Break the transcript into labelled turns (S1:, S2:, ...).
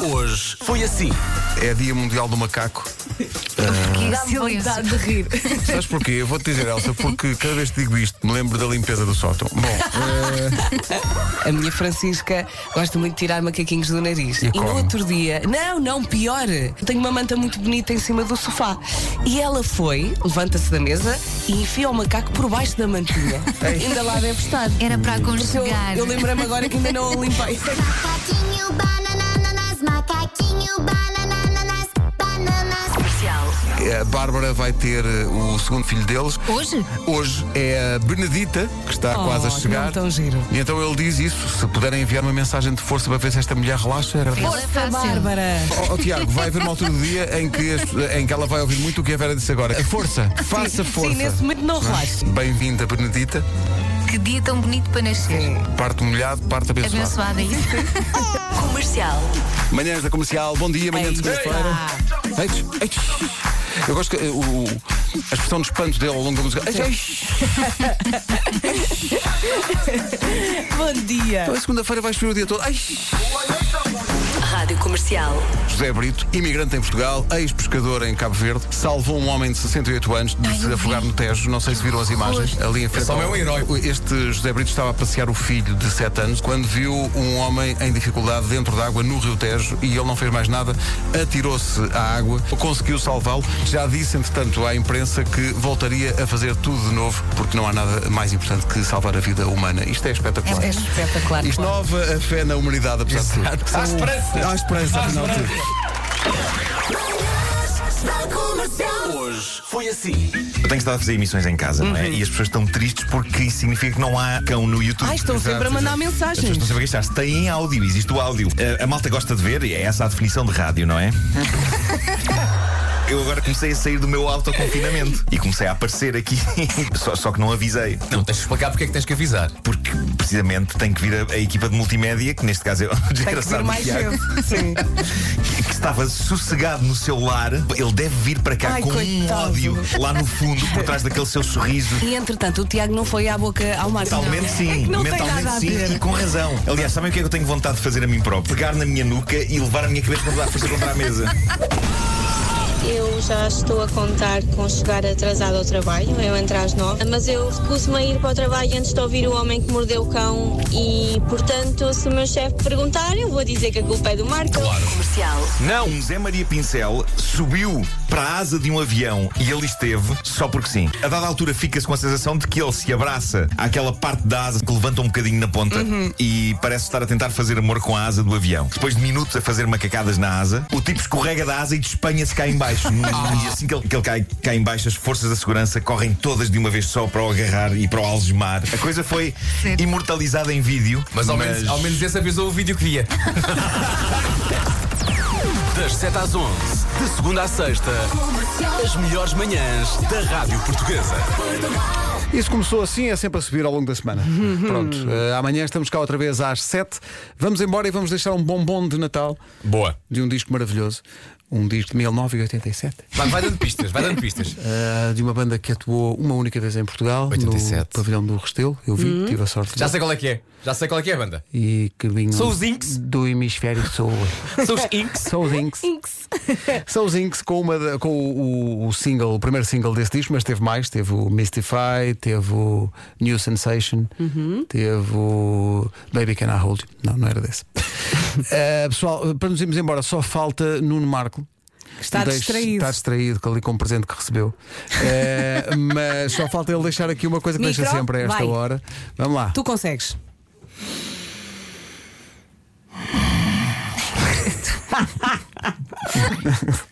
S1: Hoje foi assim. É Dia Mundial do Macaco.
S2: Dá-me vontade de rir.
S1: Sabes porquê? Eu vou-te dizer, Elsa, porque cada vez que digo isto me lembro da limpeza do sótão. Bom,
S3: A minha Francisca gosta muito de tirar macaquinhos do nariz.
S1: E
S3: E,
S1: come.
S3: no outro dia, não, não, pior, tenho uma manta muito bonita em cima do sofá. E ela foi, levanta-se da mesa e enfia o macaco por baixo da mantinha. ainda lá deve estar.
S2: Era para
S3: Eu,
S2: aconchegar.
S3: eu lembrei-me agora que ainda não a limpei.
S4: Macaquinho, banananas, macaquinho, banananas, bananas.
S1: eh, a Bárbara vai ter eh, o segundo filho deles.
S2: Hoje?
S1: Hoje é a Benedita, que está
S3: Oh,
S1: quase a chegar.
S3: não tão giro.
S1: E então ele diz isso. Se puderem enviar uma mensagem de força para ver se esta mulher relaxa, era
S2: Ela é fácil.
S3: Bárbara.
S1: Oh, oh, Tiago, vai haver uma altura do dia em que, as- em que ela vai ouvir muito o que a Vera disse agora. A força, faça força.
S3: Sim, nesse momento não relaxe.
S1: Bem-vinda, Benedita.
S2: Que dia tão bonito para nascer.
S1: Parte molhado, parte abençoado.
S2: Abençoada isso.
S5: Comercial.
S1: Manhãs da comercial, bom dia, manhã de
S3: Ei,
S1: segunda-feira. Eits, eits. Eu gosto que eh, o- a expressão de espanto dele ao longo da música. Eits, eits.
S3: Bom dia.
S1: Então, a segunda-feira vais ver o dia todo. Eits.
S5: Rádio Comercial.
S1: José Brito, imigrante em Portugal, ex-pescador em Cabo Verde, salvou um homem de 68 anos de se
S2: eu vi.
S1: afogar no Tejo. Não sei se viram as imagens ali em frente.
S6: Esse homem
S1: ao-
S6: é um herói.
S1: Este José Brito estava a passear o filho de 7 anos quando viu um homem em dificuldade dentro da água no Rio Tejo e ele não fez mais nada, atirou-se à água, conseguiu salvá-lo. Já disse, entretanto, à imprensa que voltaria a fazer tudo de novo porque não há nada mais importante que salvar a vida humana. Isto é espetacular.
S2: É espetacular,
S1: Isto
S2: claro.
S1: nova a fé na humanidade, apesar de tudo.
S6: Há esperança.
S1: Há esperança, afinal de tudo.
S7: Eu tenho estado a fazer emissões em casa, não
S6: Uhum.
S7: é? E as pessoas estão tristes porque isso significa que não há cão no YouTube.
S3: Ai, estão
S7: Exato,
S3: sempre a mandar
S7: exato.
S3: mensagens.
S7: As pessoas estão sempre a queixar-se. Tem áudio, existe o áudio. Eh, A, a malta gosta de ver, e é essa a definição de rádio, não é? Eu agora comecei a sair do meu autoconfinamento e comecei a aparecer aqui, só, só que não avisei.
S6: Não, tens de explicar porque é que tens que avisar.
S7: Porque precisamente tem que vir a, a equipa de multimédia, que neste caso é o
S3: Tem que vir
S7: desgraçado do
S3: mais
S7: Tiago,
S3: cedo. Sim.
S7: que estava sossegado no seu lar. Ele deve vir para cá
S3: Ai,
S7: com um
S3: coitado.
S7: ódio lá no fundo, por trás daquele seu sorriso
S3: E entretanto, o Tiago não foi à boca ao mar.
S7: Mentalmente sim,
S3: É que não tem
S7: mentalmente
S3: nada a
S7: sim,
S3: ver.
S7: e com razão. Aliás, sabem o que é que eu tenho vontade de fazer a mim próprio? Pegar na minha nuca e levar a minha cabeça para dar força contra a mesa.
S8: Eu já estou a contar com chegar atrasado ao trabalho, eu entro às nove, mas eu recuso-me a ir para o trabalho antes de ouvir o homem que mordeu o cão e, portanto, se o meu chefe perguntar, eu vou dizer que a culpa é do Marco.
S5: Comercial.
S7: Não! Um Zé Maria Pincel subiu para a asa de um avião e ele esteve só porque sim. A dada altura fica-se com a sensação de que ele se abraça àquela parte da asa que levanta um bocadinho na ponta e parece estar a tentar fazer amor com a asa do avião. Depois de minutos a fazer macacadas na asa, o tipo escorrega da asa e despenha-se cá em baixo. E assim que ele, que ele cai cá em baixo, as forças da segurança correm todas de uma vez só para o agarrar e para o algemar. A coisa foi imortalizada em vídeo.
S6: Mas ao, Menos, ao menos esse avisou o vídeo que via.
S9: Das 7 às 11, de segunda à sexta, as melhores manhãs da Rádio Portuguesa.
S1: Isso começou assim, é sempre a subir ao longo da semana. Pronto, eh, amanhã estamos cá outra vez às 7. Vamos embora e vamos deixar um bombom de Natal
S6: Boa.
S1: de um disco maravilhoso. Um disco de 1987,
S6: Vai, vai dando pistas, vai dando pistas.
S1: eh, de uma banda que atuou uma única vez em Portugal,
S6: 87.
S1: no pavilhão do Restelo. Eu vi, tive a sorte. de
S6: Já
S1: ver.
S6: sei qual é que é. Já sei qual é que é a banda.
S1: E que vinham
S6: São os Inks?
S1: do hemisfério sul.
S6: São os Inks.
S1: São os Inks. São os Inks com, uma, da- com o, o single, o primeiro single desse disco, mas teve mais. Teve o Mystify, teve o New Sensation,
S3: Uhum.
S1: teve o Baby Can I Hold You. Não, não era desse. Eh, pessoal, para nos irmos embora, só falta Nuno Marco.
S3: Está
S1: Deixe-
S3: distraído.
S1: Está distraído com ali com o presente que recebeu. Eh, mas só falta ele deixar aqui uma coisa que deixa
S3: Micro,
S1: sempre a esta
S3: vai.
S1: hora. Vamos lá.
S3: Tu consegues.
S6: Um